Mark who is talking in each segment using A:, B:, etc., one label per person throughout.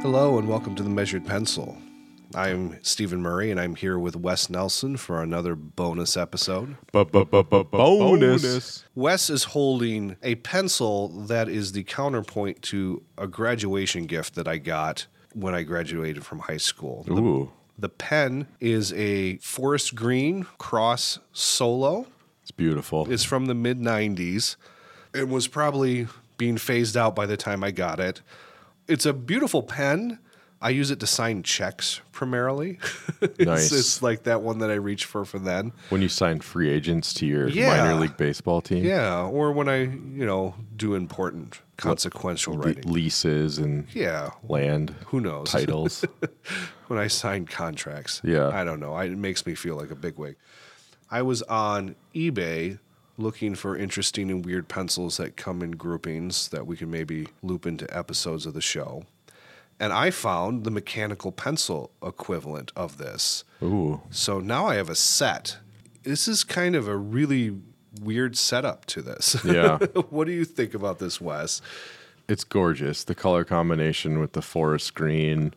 A: Hello, and welcome to the Measured Pencil. I'm Stephen Murray, and I'm here with Wes Nelson for another bonus episode.
B: Bonus.
A: Wes is holding a pencil that is the counterpoint to a graduation gift that I got when I graduated from high school. The,
B: Ooh,
A: the pen is a forest green cross solo.
B: it's beautiful.
A: It's from the mid 90s. It was probably being phased out by the time I got it. It's a beautiful pen. I use it to sign checks primarily. it's,
B: Nice.
A: it's like that one that I reach for for then.
B: when you sign free agents to your
A: Yeah.
B: minor league baseball team,
A: Yeah, or when I, you know, do important consequential
B: le-
A: writing.
B: leases and
A: yeah,
B: land
A: who knows?
B: titles.
A: when I sign contracts.
B: Yeah.
A: I don't know. I, it makes me feel like a bigwig. I was on eBay looking for interesting and weird pencils that come in groupings that we can maybe loop into episodes of the show. And I found the mechanical pencil equivalent of this.
B: Ooh,
A: So now I have a set. This is kind of a really weird setup to this.
B: Yeah.
A: what do you think about this, Wes?
B: it's gorgeous. The color combination with the forest green,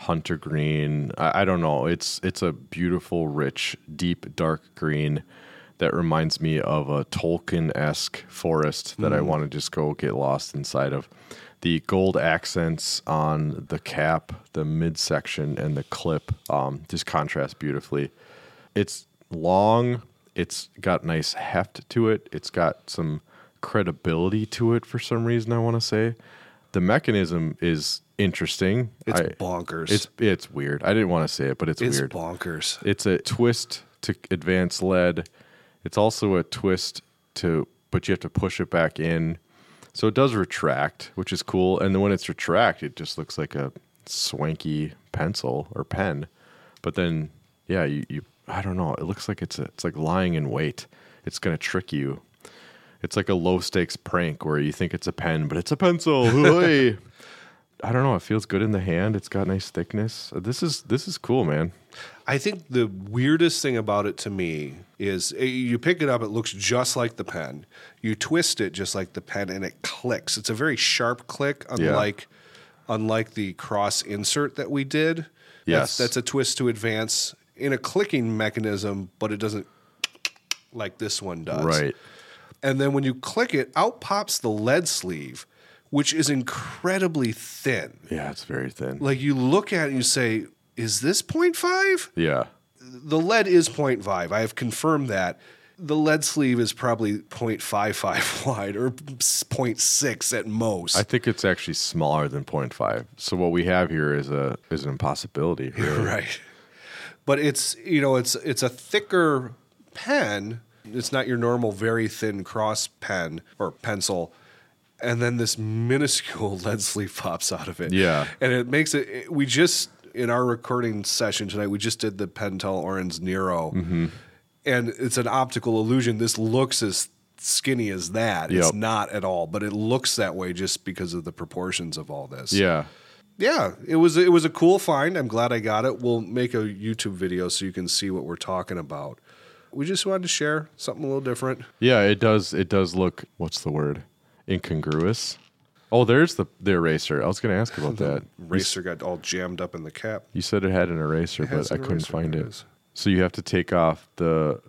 B: hunter green. I, I don't know. It's it's a beautiful, rich, deep, dark green that reminds me of a Tolkien esque forest that I want to just go get lost inside of. The gold accents on the cap, the midsection, and the clip um, just contrast beautifully. It's long. It's got nice heft to it. It's got some credibility to it for some reason. I want to say the mechanism is interesting.
A: It's
B: I-
A: bonkers.
B: It's it's weird. I didn't want to say it, but it's,
A: it's
B: weird.
A: bonkers.
B: It's a twist to advance lead. It's also a twist to, but you have to push it back in. So it does retract, which is cool. And then when it's retract, it just looks like a swanky pencil or pen. But then, yeah, you, you I don't know. It looks like it's a, it's like lying in wait. It's gonna trick you. It's like a low stakes prank where you think it's a pen, but it's a pencil. Hooray. I don't know. It feels good in the hand. It's got nice thickness. This is this is cool, man.
A: I think the weirdest thing about it to me is eh, you pick it up, it looks just like the pen. You twist it just like the pen, and it clicks. It's a very sharp click, unlike unlike the cross insert that we did.
B: Yes.
A: that's, that's a twist to advance in a clicking mechanism, but it doesn't like this one does.
B: Right.
A: And then when you click it, out pops the lead sleeve, which is incredibly thin.
B: Yeah, it's very thin.
A: Like you look at it and you say, "Is this 0.5?
B: yeah.
A: the lead is 0.5. I have confirmed that. The lead sleeve is probably 0.55 wide or 0.6 at most.
B: I think it's actually smaller than 0.5. So what we have here is a is an impossibility. really.
A: right. But it's, you know, it's it's a thicker pen. It's not your normal very thin cross pen or pencil. And then this minuscule lead sleeve pops out of it.
B: Yeah.
A: And it makes it, it- we just in our recording session tonight, we just did the Pentel Orange Nero.
B: Mm-hmm.
A: and it's an optical illusion. This looks as skinny as that. It's
B: Yep.
A: not at all, but it looks that way just because of the proportions of all this.
B: Yeah.
A: Yeah, it was it was a cool find. I'm glad I got it. We'll make a YouTube video so you can see what we're talking about. We just wanted to share something a little different.
B: Yeah, it does it does look what's the word? Incongruous. Oh, there's the the eraser. I was going to ask about that.
A: Racer got all jammed up in the cap.
B: You said it had an eraser,
A: has
B: but I
A: an
B: couldn't
A: eraser,
B: find
A: there
B: it.
A: it is.
B: So you have to take off the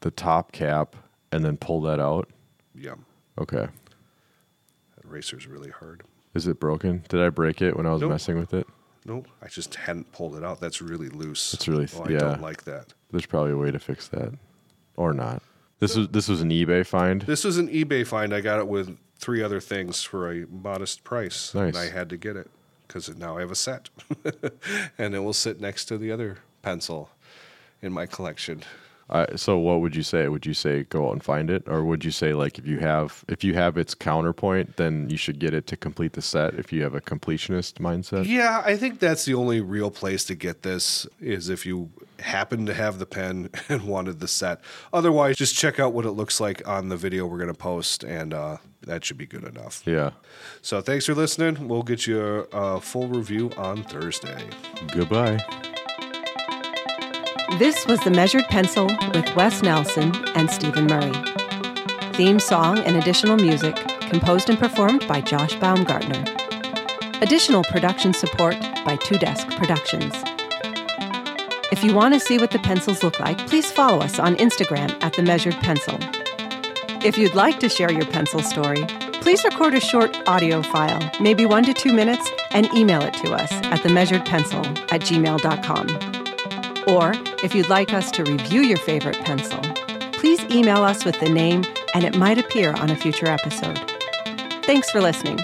B: the top cap and then pull that out.
A: Yeah,
B: Okay.
A: that racer's really hard.
B: Is it broken? Did I break it when I was
A: Nope.
B: messing with it?
A: Nope, I just hadn't pulled it out. That's really loose.
B: It's really th-
A: oh, I
B: yeah.
A: don't like that.
B: There's probably a way to fix that, or not. This was this was an eBay find.
A: This was an eBay find. I got it with three other things for a modest price.
B: Nice.
A: And I had to get it because now I have a set. and it will sit next to the other pencil in my collection.
B: I, so what would you say? Would you say go out and find it, or would you say like if you have if you have its counterpoint, then you should get it to complete the set? If you have a completionist mindset,
A: Yeah, I think that's the only real place to get this is if you happen to have the pen and wanted the set. Otherwise, just check out what it looks like on the video we're going to post, and uh, that should be good enough.
B: yeah.
A: So, thanks for listening. We'll get you a, a full review on Thursday.
B: Goodbye.
C: This was The Measured Pencil with Wes Nelson and Stephen Murray. Theme song and additional music composed and performed by Josh Baumgartner. Additional production support by Two Desk Productions. If you want to see what the pencils look like, please follow us on Instagram at The Measured Pencil. If you'd like to share your pencil story, please record a short audio file, maybe one to two minutes, and email it to us at themeasuredpencil at gmail.com. Or if you'd like us to review your favorite pencil, please email us with the name and it might appear on a future episode. Thanks for listening.